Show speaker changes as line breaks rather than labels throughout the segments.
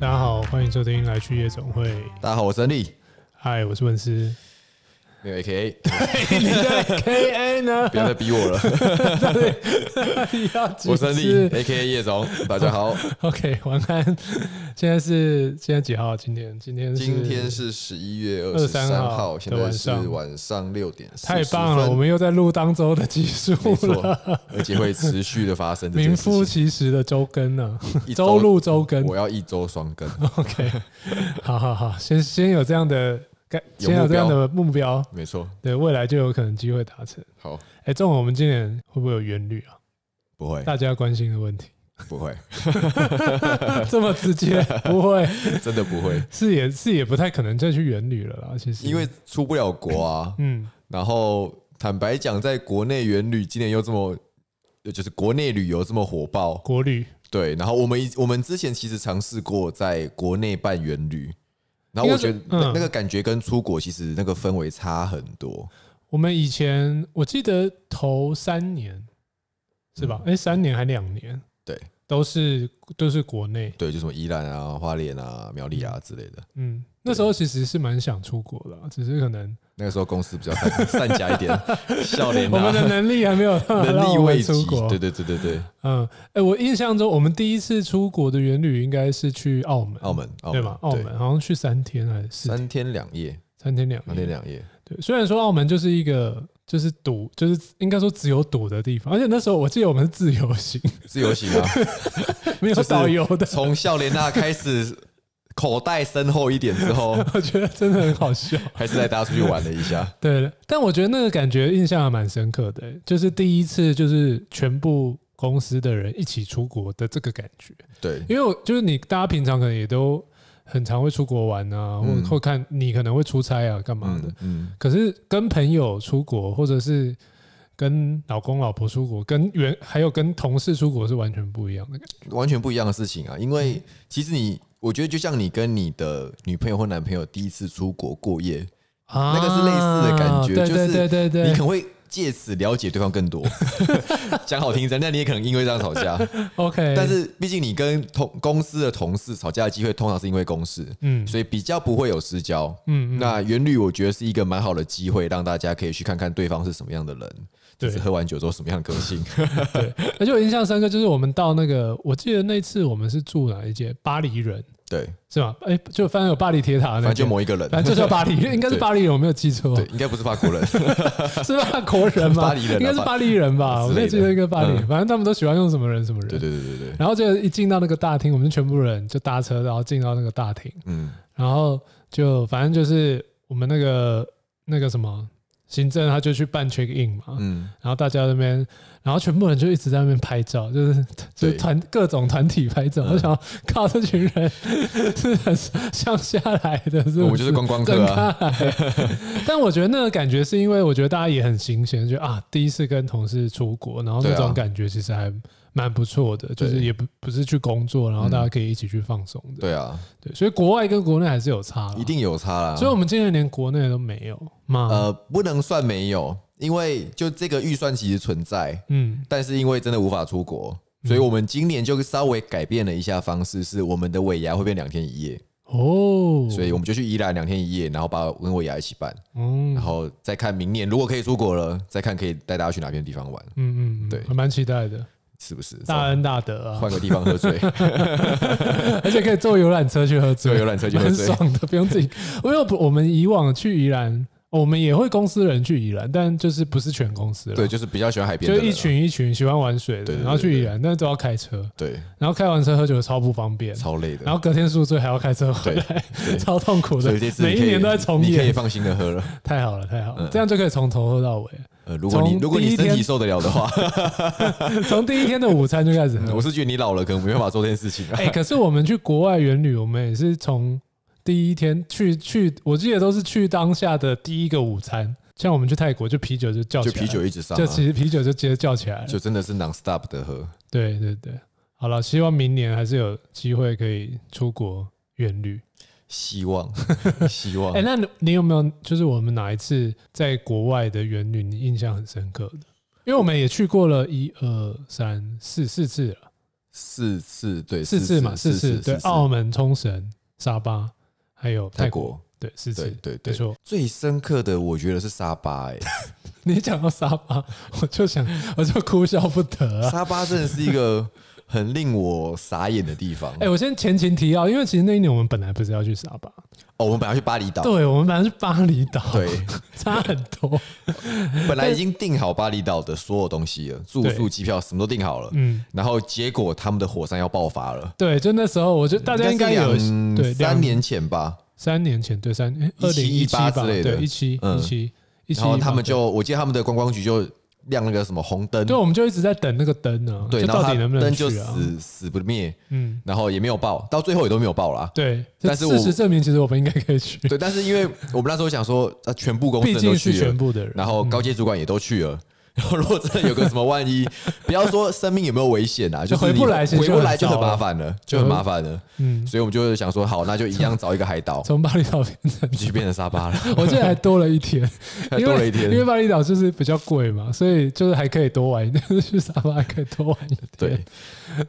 大家好，欢迎收听《来去夜总会》。
大家好，我是恩利，
嗨，我是文 思。
没有 A K A，
你的 K A 呢？
不要再逼我 了，
你要几
我是恩利
次
A K A 叶总，大家 好，
？OK，晚安。现在是现在几号？今天今天是
今天是十一月二
23
十三
号
号，
的
现在是
晚上
晚上六点，
太棒了，我们又在录当周的集数
没错
了，，
而且会持续的发生这件
名
事
副
情，
其实的周更呢、
一
周录周更
我。要一周双 更，
OK，好好好，先先有这样的概，
有
先有
目
这样
标
的目标，
没错，
对未来就有可能机会达成。
好，
哎、这种我们今年会不会有元律啊？
不会，
大家关心的问 题，
不会，
这么直接，不会
真的不 会，
是也是也不太可能再去元旅了啦。其实，
因为出不了国啊，
嗯，
然后坦白讲，在国内元旅今年又这么，就是国内旅游这么火爆，
国旅
对，然后我们以我们之前其实尝试过在国内办元旅，然后我觉得
应该是
那
嗯
那个感觉跟出国其实那个氛围差很多。
我们以前我记得头三年是吧？哎、三年还两年，
嗯对，
都是都是国内，
对，就什么宜兰啊、花莲啊、苗栗啊之类的。
嗯，那时候其实是蛮想出国的啊，只是可 能
那个时候公司比较散散家一点， 笑脸
我们的
啊，
能力还没有让
能力
我们
未及
出国。。
对对对对对，
嗯，哎、我印象中我们第一次出国的元旅应该是去澳门，
澳门，澳
对
门
吧？澳门好像去三天还是嗯四天
三天两夜，
三天两
三
夜
天。两夜，
对，虽然说澳门就是一个就是赌，就是应该说只有赌的地方，而且那时候我记得我们是自由行，
自由行啊，
没有
就是
导游的，
从笑莲那开始，口袋深厚一点之后，
我觉得真的很好笑。
还是带大家出去玩了一下。
对，但我觉得那个感觉印象还蛮深刻的、欸就是第一次就是全部公司的人一起出国的这个感觉，
对，
因为我就是你大家平常可能也都很常会出国玩啊，或
嗯
或看你可能会出差啊干嘛的，
嗯嗯，
可是跟朋友出国，或者是跟老公老婆出国，跟原还有跟同事出国是完全不一样的感觉。
完全不一样的事情啊！因
嗯
为其实你，我觉得就像你跟你的女朋友或男朋友第一次出国过夜，
啊
那个是类似的感觉
对
就是
对对对
你
对
可能会借此了解对方更 多。讲好听一点，那你也可能因为这样吵架。
，OK。
但是毕竟你跟同公司的同事吵架的机会，通常是因为公事，
嗯，
所以比较不会有私交。
嗯嗯，
那元旅我觉得是一个蛮好的机会，让大家可以去看看对方是什么样的人，
对
就是喝完酒之后什么样的个 性。
对。而且我印象深刻就是我们到那个，我记得那次我们是住哪一间？巴黎人
对，
是吧？哎，就反正有巴黎铁塔那
反
边，
正就某一个人，
反正就叫巴黎人，应该是
对
巴黎人，我没有记错
对，，应该不是法国人。
是法国人吗？
巴黎人啊
应该是巴黎人吧？
巴
我
之类的
没记得一个巴黎人，
嗯
反正他们都喜欢用什么人什么人
对。对对对对，
然后就一进到那个大厅，我们全部人就搭车，然后进到那个大厅，
嗯。
然后就反正就是我们那个那个什么行政，他就去办 check in 嘛，
嗯，
然后大家那边，然后全部人就一直在那边拍照，就是就是
对
团各种团 体拍照。我想靠，这群人是很向下来的，是不
我们就是观光客啊
睁开来 但我觉得那个感觉是因为我觉得大家也很新鲜，就啊第一次跟同事出国，然后那
对啊
种感觉其实还蛮不错的，就是
对
也不不是去工作，然后大家可以一起去放松的。
对啊，
对，所以国外跟国内还是有差啦
一。定有差啦。
所以我们今年连国内都没有嘛。
呃，不能算没有，因为就这个预算其实存在，
嗯，
但是因为真的无法出国，所以我们今年就稍微改变了一下方式，是我们的尾牙会变两天一夜，
哦，
所以我们就去宜兰两天一夜，然后把跟尾牙一起办，
嗯
然后再看明年如果可以出国了，再看可以带大家去哪边地方玩，
嗯嗯，嗯
对
还蛮期待的，
是不是？
大恩大德啊
换，个地方 喝醉，
而且可以坐游览车去喝
坐
醉，
游览车去喝
蛮
醉。
爽的，不用自己。因为我们以往去宜兰，我们也会公司人去宜兰，但就是不是全公司了，
对，，就是比较喜欢海边
就
的人啊，
一群一群喜欢玩水的，
对对对
然后去宜兰，但是都要开车，
对，
然后开完车喝酒超不方便，
超累的。
然后隔天宿醉还要开车回
对
来，
对
超痛苦
所
的
以这，次你
每一
可以
年都在重
你可以
演，
放心嗯的喝了。
太好了，太好了，这样就可以从头喝到尾，
呃，如果你
从
如果
第
你
一
身体
天
受得了 的话，
从第一天的午餐就开始喝
我。是觉得你老了，可能没办法做这件事情啊。
哎、可是我们去国外远旅，我们也是从第一天去去，我记得都是去当下的第一个午餐。像我们去泰国，就啤酒就叫起
就
来
啤酒一直上、啊，
就
就
其实啤酒就直接叫起来了。
真的是 non stop 的喝。
对对对，好了，希望明年还是有机会可以出国远旅。
希望，希望。
哎、那你你有没有就是我们哪一次在国外的远旅你印象很深刻的？因为我们也去过了一二三四四次了，
四次，对，
四次嘛，
四
四次，对，澳门、冲绳、沙巴，还有
泰
泰国，
国，
对，四
对
次，
对
没
对，
错。
最深刻的我觉得是沙巴，哎，
你讲到沙巴， 我就想，我就哭笑不得啊！
沙巴真的是一个很令我傻眼的地方。
哎、我先前情提要，因为其实那一年我们本来不是要去沙巴，
哦，我们本来要去巴厘岛，
对，我们本来是巴厘岛，
对，
差很 多，
本来已经订好巴厘岛的所有东西了，住
对
宿、机票什么都订好了，
嗯，
然后结果他们的火山要爆发了。
对，就那时候，我觉得大家应该有
是两
对
三
两
年前吧，
三年前，对三二零
17
一
18
吧，
之类的
对一七
嗯
一七一七，
然后他们就，我记得他们的观光局就亮那个什么红灯，
对，我们就一直在等那个灯啊，
对，
就
然后
到
他
底能不能
灯就
去啊？
死死不灭，
嗯，
然后也没有爆，到最后也都没有爆啦。
对，
但是我
事实证明，其实我们应该可以去，
对，但是因为我们那时候想说，啊，全部公司
毕
人都
竟
去
是全
了，
部的人，嗯
然后高阶主管也都去了。然后如果真的有个什么万一， 不要说生命有没有危险啊，就是
回不
你
来其实
回
就
不
很
来就很
糟了
麻烦了，就很麻烦了。
嗯，
所以我们就想说，好，那就一 样找一个海岛，
从巴厘岛变成，
就变成沙巴了，
我记得还多了一天，
还
因
多了
为
一
因为
天。
巴厘岛就是比较贵嘛，所以就是还可以多玩一点，去沙巴还可以多玩一点，
对，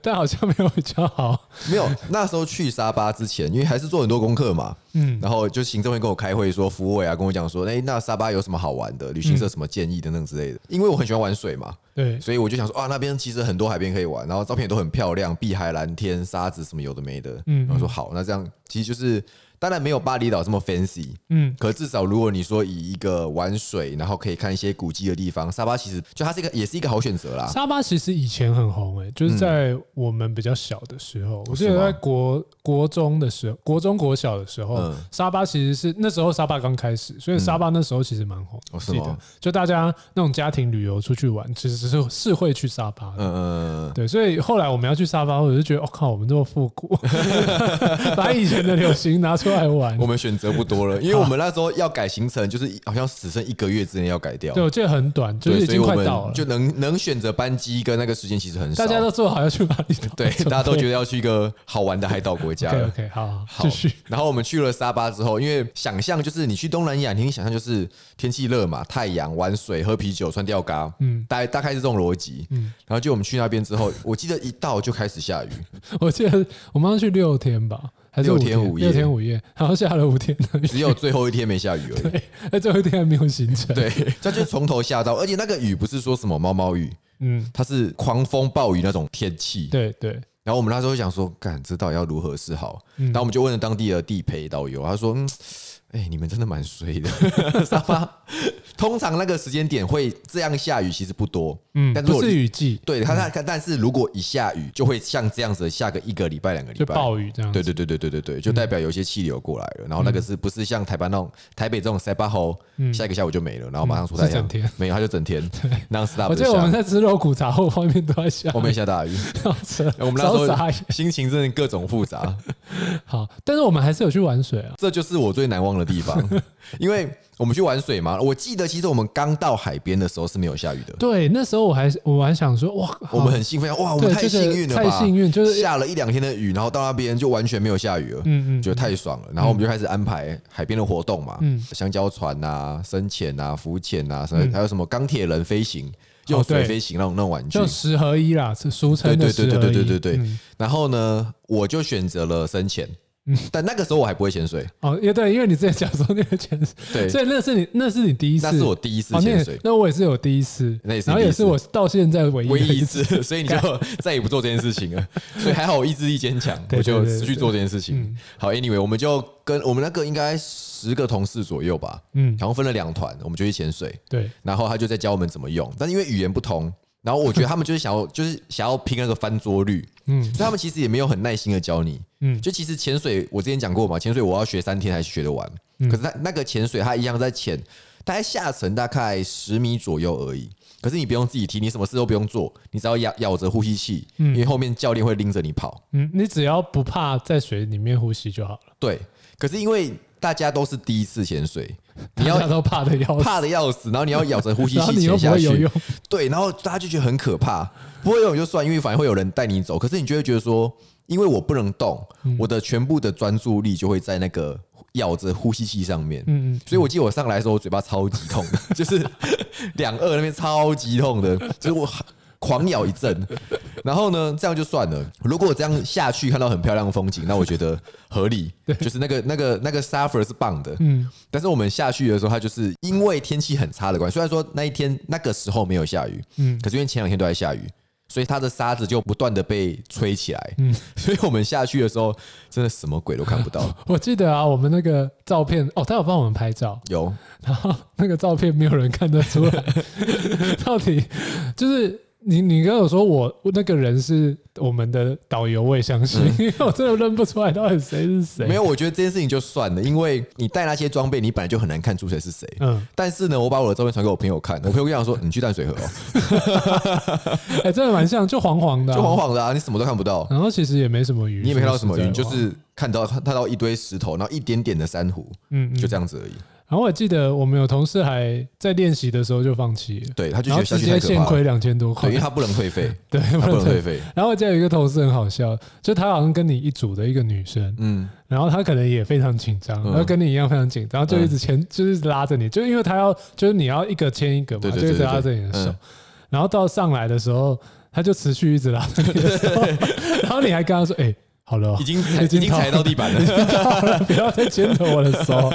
但好像没有比较好，
没有那时候去沙巴之前，因为还是做很多功课嘛，
嗯，
然后就行政会跟我开会说，服务委啊跟我讲说，哎、那沙巴有什么好玩的？旅行社什么建议等等之类的。因为我很喜欢玩水嘛，
对，
所以我就想说，啊，那边其实很多海边可以玩，然后照片也都很漂亮，碧海蓝天、沙子什么有的没的。
嗯
然后说好，那这样其实就是当然没有巴厘岛这么 fancy，
嗯，
可至少如果你说以一个玩水，然后可以看一些古迹的地方，沙巴其实就它是一个也是一个好选择啦。
沙巴其实以前很红诶、就是在我们比较小的时候，我记
嗯哦是
得
吗
在国国中的时候，国中国小的时候，
嗯
沙巴其实是那时候沙巴刚开始，所以沙巴那时候其实蛮红。我
哦是
记
吗
得就大家那种家庭旅游出去玩，其实是是会去沙巴的。
嗯嗯嗯
对，所以后来我们要去沙巴，我就觉得，我、哦靠，我们这么复古， 把以前的流行拿出来玩
嗯，我。们选择不多了，因为我们那时候要改行程，就是好像只剩一个月之内要改掉。
对，我记得很短，就是
对，
已
所以
经
我
快
们
到了，
就能能选择班机跟那个时间其实很少，
大家都做好要去哪里岛。
对，大 家都觉得要去一个好玩的海岛国家
OK
了。
OK，好，
好
继 续。，
然后我们去了沙巴之后，因为想象就是你去东南亚，你会想象就是天气热嘛，太阳、玩水、喝啤酒、穿吊嘎，
嗯
大大概是这种逻辑。
嗯
然后就我们去那边之后，我记得一到就开始下雨，
我记得我们要去六天吧，还是五
六天五夜
六天五夜，然后下了五天的雨，
只有最后一天没下 雨而已。
那最后一天还没有行程。，
对，它就从头下到，而且那个雨不是说什么毛毛雨，
嗯，
它是狂风暴雨那种天气。
对对，
然后我们那时候想说，干这到底要如何是好？
嗯
然后我们就问了当地的地陪导游，他说：“嗯，哎、你们真的蛮衰的， 沙发通常那个时间点会这样下雨，其实不多。
嗯，
但是
不
我
是雨季，
对他，他、但是如果一下雨，就会像这样子，下个一个礼拜、两个礼
就嗯
拜。”
暴雨这样。
对，对对对对对对，就代表有一些气流过来了，然后那
嗯
个是不是像台湾那种台北这种塞巴吼，下一个下午就没了，然后马上出太
嗯是
阳
嗯整天，
没有它就整 天，non
我
stop
记得我们
下，
在吃肉骨茶后，外面都在下雨，
后面下大雨，哎我们那
超
时
傻
候
眼。
心情真的各种复杂，
好，但是我们还是有去玩水啊。
这就是我最难忘的 地方，因为我们去玩水嘛。我记得其实我们刚到海边的时候是没有下雨的，
对，那时候我还我还想说，哇，
我们很兴奋，哇，我们
对
太幸运了吧！
就是太幸运就是
下了一两天的雨，然后到那边就完全没有下雨了，
嗯嗯嗯
觉得太爽了。然后我们就开始安排海边的活动嘛，香蕉船啊、深潜啊、浮潜啊，什么还有什么钢铁人飞行、用水
哦对
飞行那种那种玩具
就。十合一啦，是俗
对
称的
对
十
对
合
对
一。
对对对对
嗯。
然后呢，我就选择了深潜，但那个时候我还不会潜水，
哦，也对，因为你之前讲说那个潜水，
对，
所以那是你那是你第一次，
那是我第一次
哦，那
潜
也
水。
那我也是有第一次，
那也是
然后
第一
也
次
是我到现在唯一的
唯一
一
一，次，所以你就再也不做这件事情了。所以还好我意志力坚强，
对
我就
对对嗯
持续做这件事情。好，anyway，我们就跟我们那个应该十个同事左右吧，
嗯，
然后分了两团，我们就去潜水，
对，
然后他就在教我们怎么用，但是因为语言不同。然后我觉得他们就是想要，就是想要拼那个翻桌率，
嗯
所以他们其实也没有很耐心的教你。
嗯
就其实潜水，我之前讲过嘛，潜水我要学三天才学得完。
嗯
可是他那个潜水，他一样在潜，大概下沉大概十米左右而已。可是你不用自己踢，你什么事都不用做，你只要咬咬着呼吸器，因为后面教练会拎着你跑。
嗯，你只要不怕在水里面呼吸就好了，
对，可是因为大家都是第一次潜水，
大
你要
家都怕的要死，
怕的要死，然后你要咬着呼吸
然后
器
你又
潜
不
下
会游
去
泳，，
对，然后大家就觉得很可怕。不会游泳就算，因为反而会有人带你走。可是你就会觉得说，因为我不能动，我的全部的专注力就会在那个咬着呼吸器上面。
嗯嗯，
所以我记得我 上来的时候，我嘴巴超级痛的，就是两颚那边超级痛的，就是我狂咬一阵。然后呢，这样就算了。如果这样下去看到很漂亮的风景，那我觉得合 理，就是那个那个那个 suffer 是棒的。嗯，但是我们下去的时候，它就是因为天气很差的关系，虽然说那一天那个时候没有下雨，嗯，可是因为前两天都在下雨。所以它的沙子就不断的被吹起来，嗯， 所以我们下去的时候真的什么鬼都看不到。
我记得啊，我们那个照片哦，他有帮我们拍照，
有，
然后 那个照片没有人看得出来， 到底就是你你跟我说我那个人是我们的导游，我也相信，因为 我真的认不出来到底谁是谁。
嗯没有，我觉得这件事情就算了，因为你带那些装备，你本来就很难看出谁是谁。
嗯
嗯，但是呢，我把我的照片传给我朋友看，我朋友跟我讲说：“你去淡水河哦，
哎、真的蛮像，就黄黄的、
就黄，黄的啊，你什么都看不到，
然后其实也没什么鱼，
你也没看到什么
说
云，
实在
就
话
是看到看到一堆石头，然后一点点的珊瑚，
嗯嗯。
就这样子而已。
然后我记得我们有同事还在练习的时候就放弃了，
对，他就
然
觉
后
得
直
下去
接
太可
现
怕
亏
了，
两千多块
对，因为。他不能退费，
对，
他不能退
对。
费。
然后我记得有一个同事很好笑，就她好像跟你一组的一个女生，
嗯，
然后她可能也非常紧张，
嗯
然后跟你一样非常紧张，就一直牵，就是一直拉着你，就因为她要，就是你要一个牵一个嘛，
对对
就一直
对对
拉着你的手
嗯，
然后到上来的时候，她就持续一直拉着你的 手，然后你还跟她说：“哎，好了哦，
已经踩
已
已
经
经踩到地板了。
好了，不要再牵着我的 手。”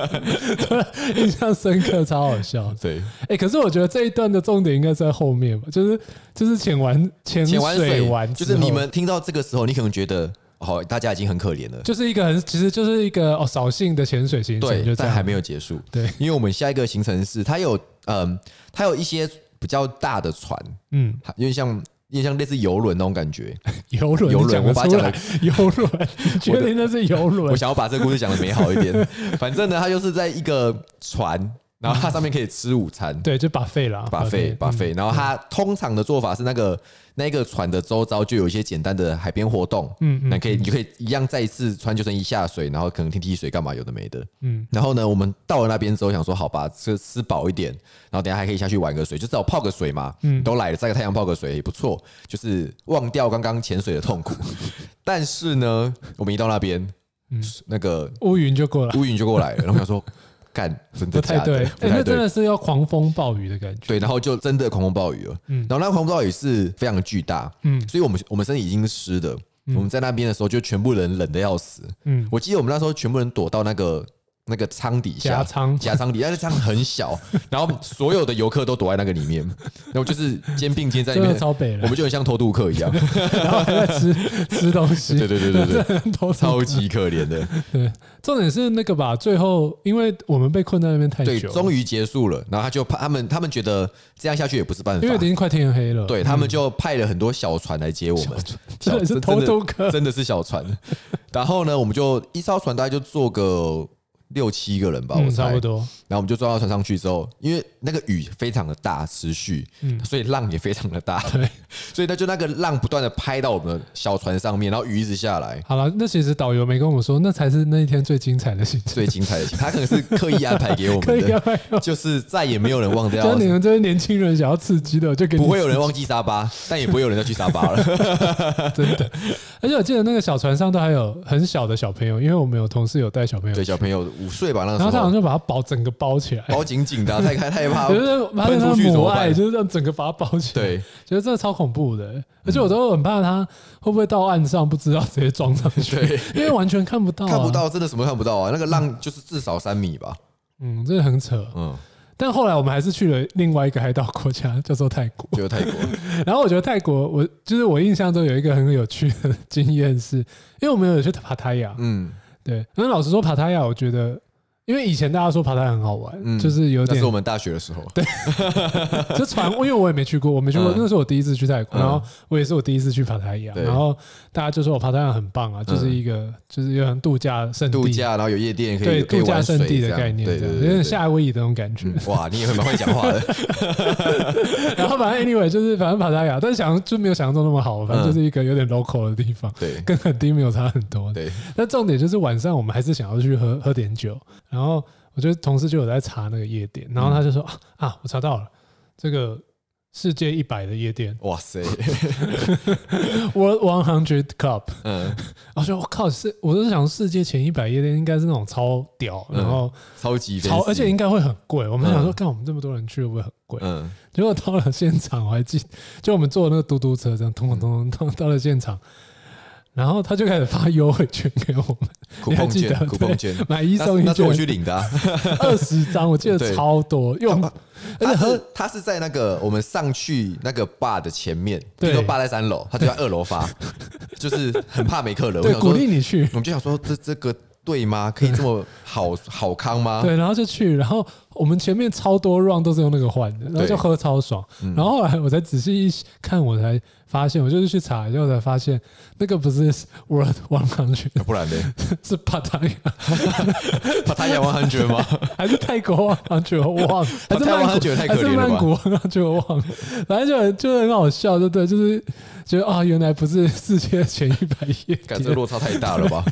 印象深刻，超好笑。
对，
哎、可是我觉得这一段的重点应该在后面吧，就是就是潜完潜
潜完水
完之
就
后，
是你们听到这个时候，你可能觉得好，大家已经很可怜了。
就是一个很其实就是一个哦扫兴的潜水行程，
对
就，这
但
样
还没有结束。
对，
因为我们下一个行程是它有嗯，它有一些比较大的船，
嗯
它有点像有点像类似游轮那种感觉。
游轮
游
你
轮
讲得
我把它
出
讲
来
得
游轮，你确定那是游轮
我？想要把这个故事讲的美好一点。 反正呢，它就是在一个船，然后它上面可以吃午餐。
对，就把费啦，嗯
把费把费，然后它通常的做法是那个那个船的周遭就有一些简单的海边活动，
嗯
嗯，
嗯
那可以你就可以一样再一次穿救生衣下水，然后可能踢踢水干嘛有的没的，
嗯
嗯。然后呢，我们到了那边之后想说，好吧，吃吃饱一点，然后等一下还可以下去玩个水，就至少泡个水嘛，嗯，都来了，晒个太阳泡个水也不错，就是忘掉刚刚潜水的痛苦。 但是呢，我们一到那边，
嗯
那个
乌云就过来，
乌云就过来了，然后我想说，干，真
不
的
太
假
对，
的？
哎、那真的是要狂风暴雨的感觉。
对，然后就真的狂风暴雨了。
嗯
然后那个狂风暴雨是非常巨大，
嗯
所以我们我们身体已经湿的。我们在那边的时候，就全部人冷的要死。
嗯，
我记得我们那时候全部人躲到那个那个舱底下，
夹舱
夹舱底，但是舱很小，然后所有的游客都躲在那个里面，然后就是肩并肩在里
真的
面，
超北
我
了
们，就很像偷渡客一 样，
然后还在 吃吃东西，
对对对对对
真的 都是
超级可怜的。
对。重点是那个吧，最后因为我们被困在那边太
对，
久了，
终于结束了，然后他就怕他们，他们觉得这样下去也不是办法，
因为已经快天黑了，
对他们就派了很多小船来接我们，
真的是
小
偷嗯渡客
真的真的是小船。 然后呢，我们就一艘船大概就坐个六七个人吧，
嗯，
我
差
猜
不。多，
然后我们就坐到船上去之后，因为那个雨非常的大，持续，所以浪也非常的大，
嗯对，
所以呢，就那个浪不断的拍到我们的小船上面，然后雨一直下来。
好了，那其实导游没跟我们说，那才是那一天最精彩的行程。
最精彩的，他可能是刻意安排给 我
可
们
以啊
的，，
没有，
就是再也没有人 忘掉
就你们这些年轻人想要刺激的，我就给你
不会有人忘记沙巴，但也不会有人再去沙 巴了。
真的。而且我记得那个小船上都还有很小的小朋友，因为我们有同事有带小朋友
对，，小朋友五岁吧，那个
然后
时
他好像
候
就把他包整个包起来，
包紧紧的啊，太开太 怕
就是把
喷
他
出去怎
母
么
爱
办？
就是这样整个把他包起来，
对，
觉得真的超恐怖的。而且我都很怕他会不会到岸上不知道直接撞上去
对，
因为完全看不到，啊
看不，到，真的什么都看不到啊！那个浪就是至少三米吧，
嗯，真的很扯。
嗯，
但后来我们还是去了另外一个海岛国家，叫做泰国。
就是泰国，
然后我觉得泰国，我就是我印象中有一个很有趣的经验是，因为我们有去帕塔亚，
嗯，
对，那老实说帕塔亚，我觉得，因为以前大家说帕塔亚很好玩，
嗯
就是有
那
点
是我们大学的时候，对，
就船，因为我也没去过，我没去过，
嗯
那是我第一次去泰国，
嗯
然后我也是我第一次去帕塔亚，
对嗯
然后大家就说我帕塔亚很棒啊，就是一个、就是有点度假胜地，
度假，然后有夜店可
对
以可以
度假
玩
胜
水
地
这
的
样
概念，
对
这
对
样
对，
有
对嗯
点。夏威夷的那种感觉。
对哇，你也会蛮会讲 话的，
然后反正 anyway 就是反正帕塔亚，但是想就没有想象中那么好，反正就是一个有点 local 的地方，
对
跟垦丁没有差很多。
嗯对，
但重点就是晚上我们还是想要去喝喝 点酒，然后
嗯
我觉得同事就有在查那个夜店，然后他就说、啊啊，我查到了，这个世界一百的夜店
哇塞，
，World One Hundred Club，
嗯，
我觉得我靠，是我都想世界前一百夜店应该是那种超屌，
嗯
然后
超级
超，
fancy
而且应该会很贵。我们想说，
嗯
看我们这么多人去会不会很贵？
嗯
结果到了现场，我还记， 就我们坐那个嘟嘟车，这样咚咚咚咚咚到了现场，然后他就开始发优惠券给我们，
酷
你还
碰
记得
券，酷碰券，
买一
那
送
是
一
那是
券
我，去 领的啊，
二十张，我记得
对啊
超多，用
他是他是在那个我们上去那个坝的前面，比
对
如说坝在三楼，他就在二 楼发，就是很怕没客人。我
对
想
鼓
说，
励你去，
我们就想说这这个对吗？可以这么好好康吗？
对，然后就去，然后我们前面超多 round 都是用那个换的，然后
对嗯
就喝超爽。然后后来我才仔细一看，我才发现，我就是去查一下，我才发现那个不是 World One Hundred，
啊不然呢？
是 Pattaya
把他养完很绝 吗？
还是泰国 One Hundred，我 忘了，还是
台湾
曼谷
100太可
还是
怜了吧
曼谷 One Hundred，我忘了，反正就很就很好笑，就对，就是觉得啊，原来不是世界前一百夜
感觉
店，
落差太大了吧？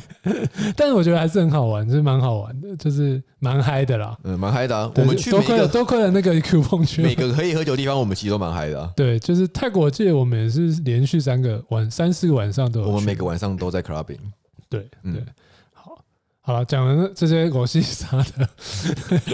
但是我觉得还是很好玩，就是蛮好玩的，就是蛮嗨的啦。
嗯，蛮嗨的啊。
对
我们去
多
每一
亏了
个
多亏了那个 coupon 券，
每个可以喝酒的地方，我们其实都蛮嗨的啊。
对，就是泰国，我记得我们也是连续三个晚三四个晚上都有去。
我们每个晚上都在 clubbing，
对
嗯
对，好好了，讲完了这些狗戏啥的，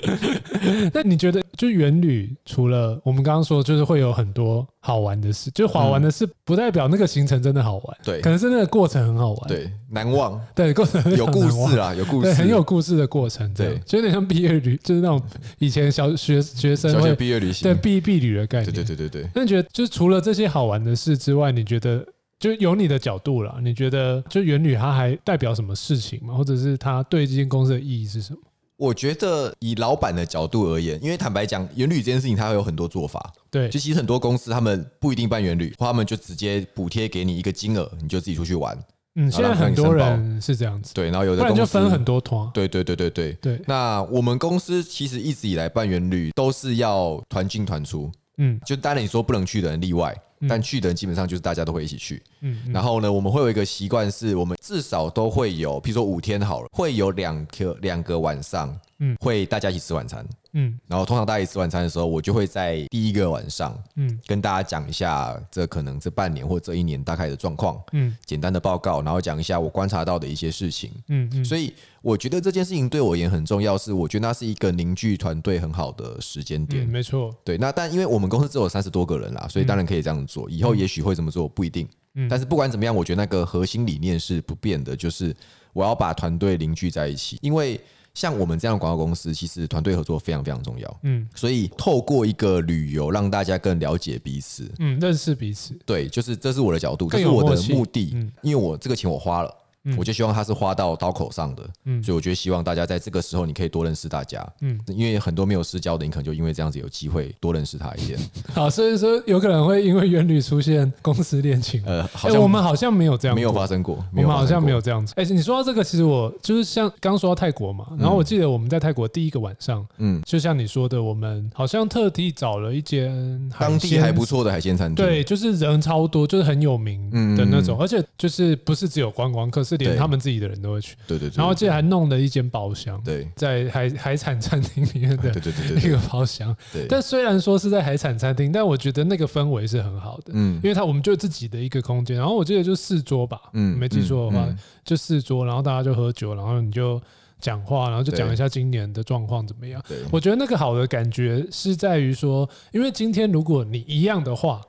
那你觉得就元旅除了我们刚刚说，就是会有很多好玩的事，就是好玩的事不代表那个行程真的好玩，
对
可能是那个过程很好玩，
对，难忘，
对，过 程非
有
常
故
难忘
事。啊啦，有故
对，
事，
很有故事的过程，这样
对嗯
就有点像毕业旅，就是那种以前小学学生
小学
会
毕业旅行
对，毕毕旅的概
对
念，
对对对对。
那你觉得，就是除了这些好玩的事之外，你觉得就有你的角度啦，你觉得就元女她还代表什么事情吗？或者是她对这间公司的意义是什么？
我觉得以老板的角度而言，因为坦白讲，元旅这件事情它会有很多做法。
对
就其实很多公司他们不一定办元旅，或他们就直接补贴给你一个金额，你就自己出去玩。
嗯，
好
现
啦
在很多人是这样子，
对，然后有
不
的
然
公司
就分很多团。
对对对对对。
对，
那我们公司其实一直以来办元旅都是要团进团出，
嗯
就当然你说不能去的人例外，
嗯
但去的人基本上就是大家都会一起去。
嗯，嗯
然后呢，我们会有一个习惯，是我们至少都会有，譬如说五天好了，会有两个两个晚上，
嗯
会大家一起吃晚餐。
嗯
然后通常大家一起吃晚餐的时候，我就会在第一个晚上
嗯
跟大家讲一下这可能这半年或这一年大概的状况，
嗯
简单的报告，然后讲一下我观察到的一些事情。
嗯嗯，
所以我觉得这件事情对我而言很重要，是我觉得那是一个凝聚团队很好的时间
嗯，
点。
没错，
对，那但因为我们公司只有三十多个人啦，所以当然可以这样做。以后也许会这么做不一定，
嗯
但是不管怎么样，我觉得那个核心理念是不变的，就是我要把团队凝聚在一起。因为像我们这样的广告公司，其实团队合作非常非常重要。
嗯
所以透过一个旅游，让大家更了解彼此。
嗯，认识彼此，
对，就是这是我的角度，这
更
是
有
我
默
的
契
目的，
嗯
因为我这个钱我花了，
嗯
我就希望它是花到刀口上的，
嗯
所以我觉得希望大家在这个时候你可以多认识大家，
嗯，
因为很多没有私交的，你可能就因为这样子有机会多认识他一点，
好，所以说有可能会因为元旅出现 公司恋情。
呃，好
哎，
像
我们好像没有这样
没有
过
发生过，
我们好像没
有
有这样子。哎、你说到这个，其实我就是像刚说到泰国嘛，然后我记得我们在泰国第一个晚上，
嗯
嗯，就像你说的，我们好像特地找了一间
发
海
生过，当地
鲜
还不错的海鲜餐厅，
对，就是人超多，就是很有名的那种，
嗯
而且就是不是只有观光客，是连
对
他们自己的人都会去。
对对对，
然后记得还弄了一间包厢，
对
在海海产餐厅里面
对
的
对对对
一
对
个包厢。
对，
但虽然说是在海产餐厅，但我觉得那个氛围是很好的。
嗯
因为它我们就自己的一个空间，然后我记得就四桌吧，
嗯
嗯，没记错的话、
嗯嗯
就四桌，然后大家就喝酒，然后你就讲话，然后就
对
讲一下今年的状况怎么样。
对，
我觉得那个好的感觉是在于说，因为今天如果你一样的话，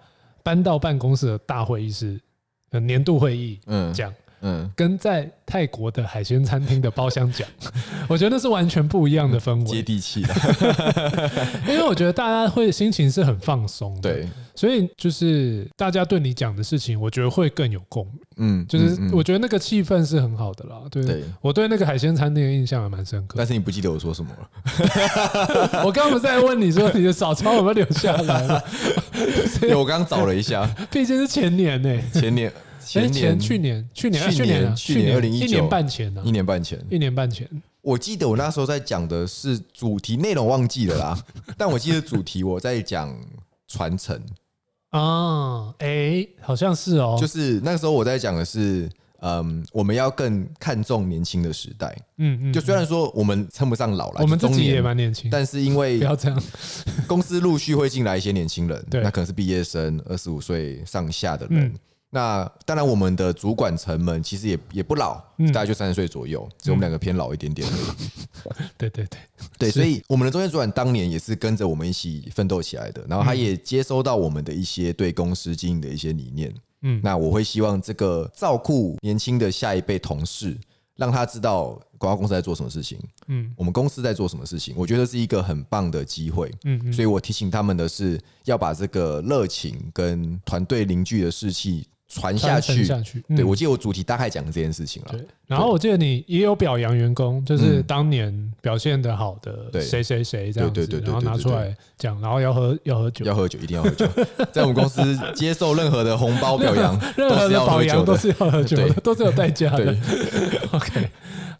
搬到办公室的大会议室、呃年度会议
嗯
讲，
嗯，
跟在泰国的海鲜餐厅的包厢讲， 我觉得那是完全不一样的氛
接
围，
地气的，
因为我觉得大家会心情是很放松的，
对，
所以就是大家对你讲的事情，我觉得会更有共鸣。
嗯，
就是
嗯嗯
我觉得那个气氛是很好的啦。对，
对
我对那个海鲜餐厅的印象还蛮深刻
但。是你不记得我说什么了，
我刚刚不是在问你说你的早餐有没有留下来吗？
对我刚刚找了一下，
毕竟是前年呢、欸，
前年
哎
前
前
年
去年去年啊
去
去年啊
年去
去
年2019
一年半前呢
一，嗯年半前，
一年半前。
我记得我那时候在讲的是主题内容忘记了 啦，但我记得主题我在讲传承，
啊，哎，好像是哦，
就是那时候我在讲的是嗯，我们要更看重年轻的时代。
嗯嗯，
就虽然说我们称不上老了，
我们
就
自
中
己也
年，
蛮年轻，
但是因
不
为
要这样。
公司陆续会进来一些年轻人，
对
那可能是毕业生，二十五岁上下的人。
嗯
那当然，我们的主管层们其实也也不老，
嗯
大概就三十岁左右，只有我们两个偏老一点点而已。
对对对，
对，所以我们的中间主管当年也是跟着我们一起奋斗起来的，然后他也接收到我们的一些对公司经营的一些理念。
嗯
那我会希望这个照顾年轻的下一辈同事，让他知道广告公司在做什么事情，
嗯
我们公司在做什么事情。我觉得是一个很棒的机会。
嗯嗯，
所以我提醒他们的是，要把这个热情跟团队凝聚的士气传下
传承
去。
下去。嗯
对，我记得我主题大概讲这件事情了。
对，然后我记得你也有表扬员工，就是当年表现的好的
嗯对
谁谁谁这样
对
子
对对，对
然后拿
对对
出来讲，然后要喝要喝酒，
要喝酒，一定要喝酒。 在我们公司接受任何的红包表扬，
任
都
何
是
的
要
表
喝
扬
酒
都
的。
是要喝酒的，
对
都是有代价的
对。
OK，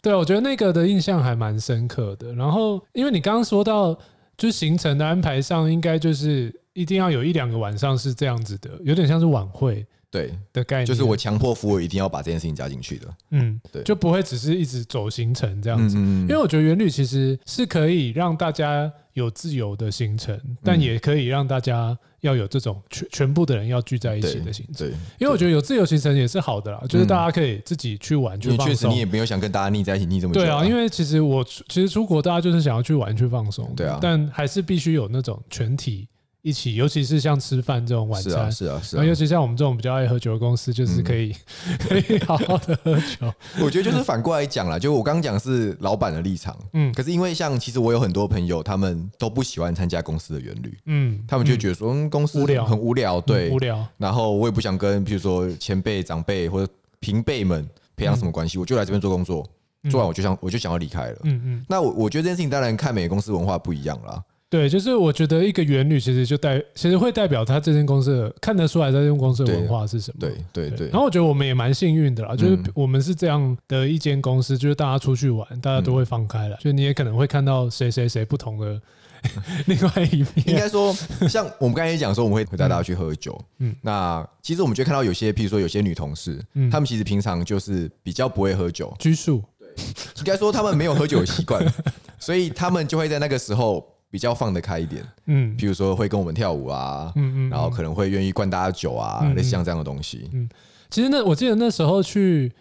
对，我觉得那个的印象还蛮深刻的。然后，因为你刚刚说到，就是行程的安排上，应该就是一定要有一两个晚上是这样子的，有点像是晚会
对，
的概念，
就是我强迫服务一定要把这件事情加进去的。
嗯，
对
就不会只是一直走行程这样子。
嗯
因为我觉得原旅其实是可以让大家有自由的行程，
嗯
但也可以让大家要有这种全全部的人要聚在一起的行程。
对，
因为我觉得有自由行程也是好的啦，就是大家可以自己去玩、
因
去
为
放
确实
松
嗯你。也没有想跟大家腻在一起腻这么久、
对啊，因
为
为其实我出其实出国，大家就是想要去玩、去放松。
对啊
但还是必须有那种全体一起，尤其是像吃饭这种晚
是
餐
啊，嗯是啊是
然后尤
啊，
其像我们这种比较爱喝酒的公司，就是可以、 可以好好的喝酒。
我觉得就是反过来讲啦，就我刚刚讲是老板的立场，
嗯
可是因为像其实我有很多朋友，他们都不喜欢参加公司的原旅，
嗯，
他们就觉得说、嗯、公司
无聊嗯
很无聊，对，
无聊。
然后我也不想跟比如说前辈、长辈或者平辈们培养什么关系，我就来这边做工作，做完我就想我就想要离开了。
嗯嗯，
那我我觉得这件事情当然看每个公司文化不一样啦，
对，就是我觉得一个原旅其实就代，其实会代表他这间公司的看得出来这间公司的文化是什么。
对对对
然，后我觉得我们也蛮幸运的啦，就是
嗯
我们是这样的一间公司，就是大家出去玩，大家
嗯
都会放开了，就你也可能会看到谁谁谁不同的 另外一
应
面。
该说，像我们刚才也讲说，我们会带大家去喝酒。
嗯
嗯，那其实我们就会看到有些，譬如说有些女同事，
嗯
她们其实平常就是比较不会喝酒，
拘束，
应该说她们没有喝酒的习 惯，所以她们就会在那个时候比较放得开一点。
嗯
譬如说会跟我们跳舞啊，
嗯嗯，
然后可能会愿意灌大家酒啊，
嗯
类似像这样的东西。
其实那我记得那时候去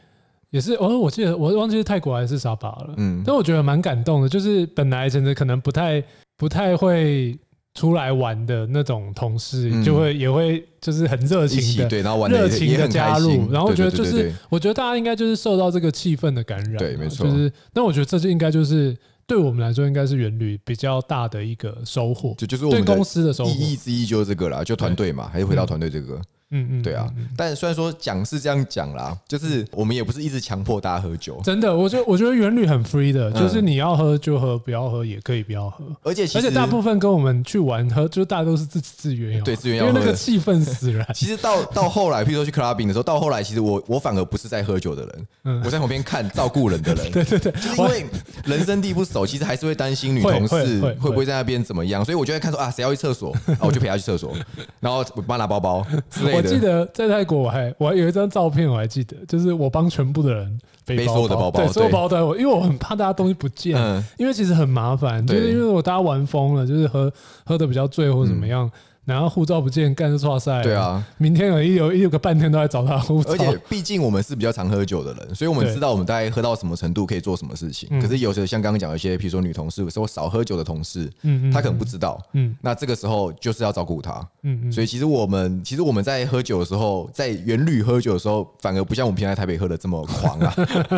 也是，哦，我记得我忘记是泰国还是沙巴了，
嗯，
但我觉得蛮感动的，就是本来真的可能不太不太会出来玩的那种同事，
嗯
就会也会就是很热
一
情
起
的。
对，然后玩
热
的
情
也
的
很
加
开心。
入，然后我觉得就
对对
是
对对，
我觉得大家应该就是受到这个气氛的感染啊，
对没错
就是那我觉得这就应该就是对我们来说，应该是原旅比较大的一个收获，
就就是我
对
们的
公司的收获。
意义之一就是这个啦，就团队嘛，还是回到团队这个。
嗯嗯，
对啊
嗯，嗯
但虽然说讲是这样讲啦，就是我们也不是一直强迫大家喝酒，
真的，我觉得我觉得原旅很 free 的，
嗯
就是你要喝就喝，不要喝也可以不要喝。
而且其
而
实
且大部分跟我们去玩喝，就是大家都是自己自愿要喝，
对自愿要
因为那
喝
个
的。
气氛使然
其实到到后来，譬如说去 clubbing 的时候，到后来其实我我反而不是在喝酒的人，
嗯
我在旁边看照顾人的 人。对对对，就是因为人生地不熟，其实还是会担心女同
会会
事
会
会不会在那边怎么样，所以我就会看说啊，谁要去厕所，啊，我就陪她去厕所，然后我帮她拿包包之类的。
我记得在泰国，我还我还有一张照片，我还记得，就是我帮全部的人背
背
包
所有的包包
对，
对
所有包包都在我，因为我很怕大家东西不见，
嗯
因为其实很麻烦，就
对
是因为我大家玩疯了，就是喝喝的比较醉或怎么样，然后护照不见，干就错赛。
嗯对，啊，
明天有一有一有个半天都在找他护照，
而且毕竟我们是比较常喝酒的人，所以我们
对
知道我们大概喝到什么程度可以做什么事情。
嗯
可是有时候像刚刚讲的一些，譬如说女同事，有时候少喝酒的同事，
嗯嗯
她可能不知道，
嗯
那这个时候就是要照顾她。
嗯嗯，
所以其实我们其实我们在喝酒的时候，在原旅喝酒的时候，反而不像我们平常在台北喝的这么 狂啊。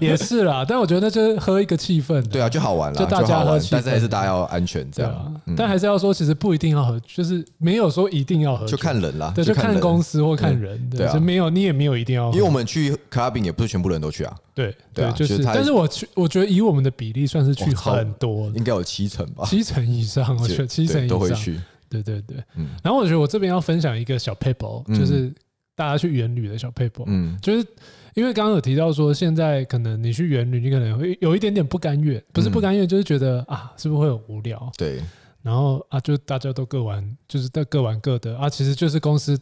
也是啦，但我觉得那就是喝一个气氛的，
对啊，就好玩啦，
就大家
好
喝
玩
气，
但是还
氛
是大家要安全这
对
样，
啊，
嗯
但还是要说，其实不一定要喝，就是没有说一定要喝酒，
就看人啦，
对，就看
人。
公司或看人，
对
对，
啊
就没有你也没有一定要喝，
因为我们去 clubbing 也不是全部人都去啊，
对对
对啊
就，
就是是他
但是我去，我觉得以我们的比例算是去
哇超
很多了，
应该有七成吧，
七成以上，我觉得
对
七成以
都会
上，
去。
对对对
嗯。
然后我觉得我这边要分享一个小 paper，
嗯
就是大家去远旅的小 paper，
嗯
就是因为刚刚有提到说，现在可能你去远旅，你可能会有一点点不甘愿，
嗯
不是不甘愿，就是觉得啊，是不是会很无聊？
对，
然后啊，就大家都各玩，就是在各玩各的啊，其实就是公司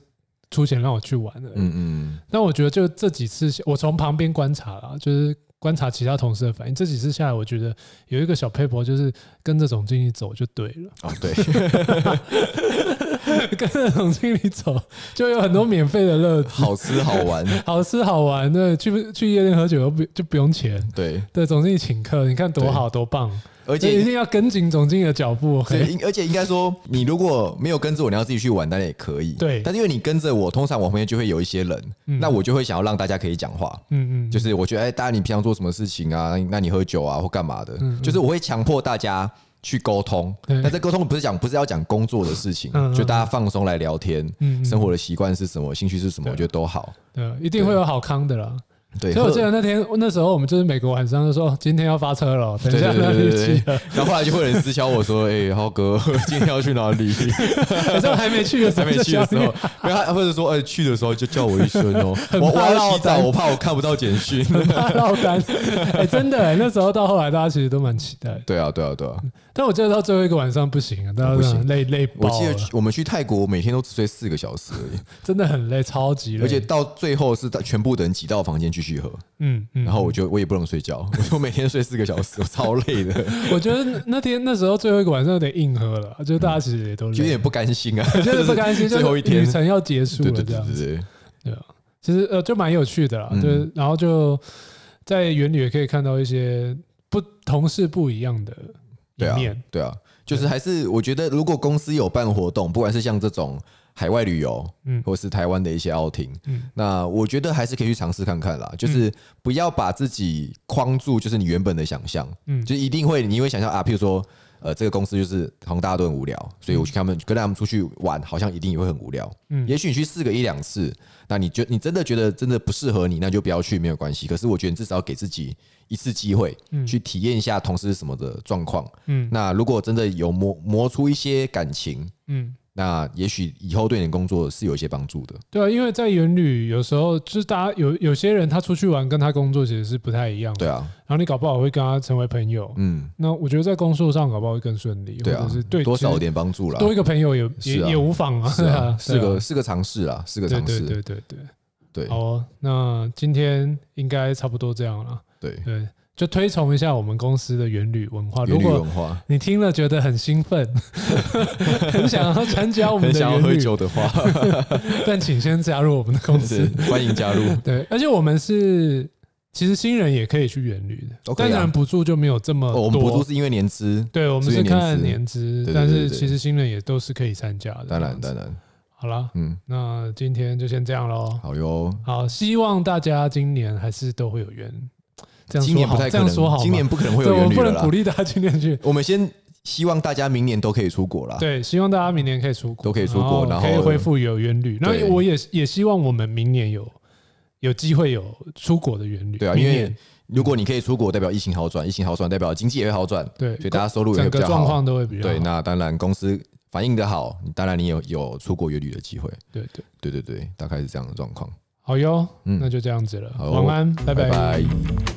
出钱让我去玩的。
嗯嗯，
那我觉得就这几次，我从旁边观察啦，就是观察其他同事的反应。这几次下来，我觉得有一个小 paper 就是跟着总经理走就对了，
哦对，
跟着总经理走就有很多免费的乐子，
好吃好玩，
好吃好玩的，去去夜店喝酒又不就不用钱。
对，
对，总经理请客，你看多好多棒，
而
而一
且
定要跟紧总经理的脚步。
对，
OK，
应而且应该说，你如果没有跟着我，你要自己去玩，当然也可以。
对
但是因为你跟着我，通常我旁边就会有一些人，
嗯
那我就会想要让大家可以讲话。
嗯嗯，
就是是我觉得，哎、大家你平常做什么事情啊？那你喝酒啊，或干嘛的？
嗯嗯
就是我会强迫大家去沟通，
对
但这沟通不是讲不是要讲工作的事情，
嗯嗯
就大家放松来聊天，
嗯
生活的习惯是什么，兴趣是什么，
对
我觉得都好。
对，一定会有好康的啦。
对，
所以我
喝
记得那天那时候我们就是每个晚上就说哦今天要发车了，等一
对
下
对
再
对
一
对对
起。
对， 然后后来就会有人私敲我说：“哎、 浩哥，今天要去哪 里？”
可是我还没去的时
还
候
没
就
去
想
的时候，没有，他或者说，哎、去的时候就叫我一声 哦、我我
怕
要
落
洗澡，
单
我怕我看不到简 讯。
怕落单，哎、真的、哎，那时候到后来大家其实都蛮期待，
对啊，对啊，对啊！
但我记得到最后一个晚上不行啊，大家都
不行
很累累
我
爆
记得
了，
我们去泰国，每天都只睡四个小时而已，
真的很累，超级累，
而且到最后是全部的人挤到房间继续喝，
嗯嗯，
然后我就我也不能睡觉，我每天睡四个小时，我超 累的，
我觉得
嗯
那那天那时候最后一个晚上有点硬核了，就是大家其实也都累
就 有点不甘心啊，
我觉得不甘心，
就是最后一
就是
天
旅，程要结束
对
了
对
这
对
样
对
子，
对，
对啊，其实呃就蛮有趣的啦，
嗯
就是然后就在园里也可以看到一些不同事不一样的一
对啊
面，，
对啊，就是还是我觉得，如果公司有办活动，不管是像这种海外旅游，
嗯
或是台湾的一些 outing，
嗯
那我觉得还是可以去尝试看看啦。就是不要把自己框住，就是你原本的想象，
嗯
就一定会，你会想象啊，譬如说。呃，这个公司就是好像大家都很无聊，所以我去他们跟他们出去玩，好像一定也会很无聊。
嗯
也许你去试个一两次，那你觉你真的觉得真的不适合你，那就不要去，没有关系。可是我觉得你至少给自己一次机会，
嗯
去体验一下同事是什么的状况。
嗯
那如果真的有磨磨出一些感情，
嗯。
那也许以后对你的工作是有一些帮助的。
对啊，因为在园旅有时候就是大家有有些人他出去玩跟他工作其实是不太一样的，
对啊，
然后你搞不好会跟他成为朋友。
嗯，
那我觉得在工作上搞不好会更顺利，
对啊
或者是对
多少有
其实
点帮助啦。
多一个朋友也也
是啊
也无妨啊，
是啊，
对
是
啊
个是个尝试啦，是个
对啊
尝
对对
试。
对对，
对
好哦，那今天应该差不多这样了，
对，
对，就推崇一下我们公司的园旅文化，
原
如
旅
果
文化，
你听了觉得很兴奋， 很想要参加我们
很
的
想要
园
喝
旅，
酒 的话，
但请先加入我们的公司
是。欢 迎加入。
对，而且我们是其实新人也可以去远旅的，
都可以
但
啊
当然补助就没有这么
哦
多。
我们补助是因为年资，
对，我们
是
是
因为年
看
资
年资，
对对
但
对
是
对
其实新人也都是可以参加的。
当然
这样
当
子
然，
好啦，
嗯，
那今天就先这样喽。
好哟。
好，希望大家今年还是都会有缘。这样
今
说
年
好
不，太
这
可
样
能
说好，吗，
今年不可能会
对我
有原
们
旅
不
了
能鼓
啦。啊
励大家今年 去。
我们先希望大家明年都可以出国啦。
对，希望大家明年可以出国，
都可以出国然后
可以恢复有原旅。
对
那我也也希望我们明年有有机会有出国的原旅。
对啊，因
明
为
年
如果你可以出国，代表疫情好转，疫情好转代表经济也会好转，
对
所以大家收入也
整
会比
个
较
状
好。
况都会比较好
对，那当然公司反应的好，你当然你有有出国越旅的机会。
对对，
对对对，大概是这样的状况。
好哟，
嗯
那就这样子了，
好
晚安，拜
拜拜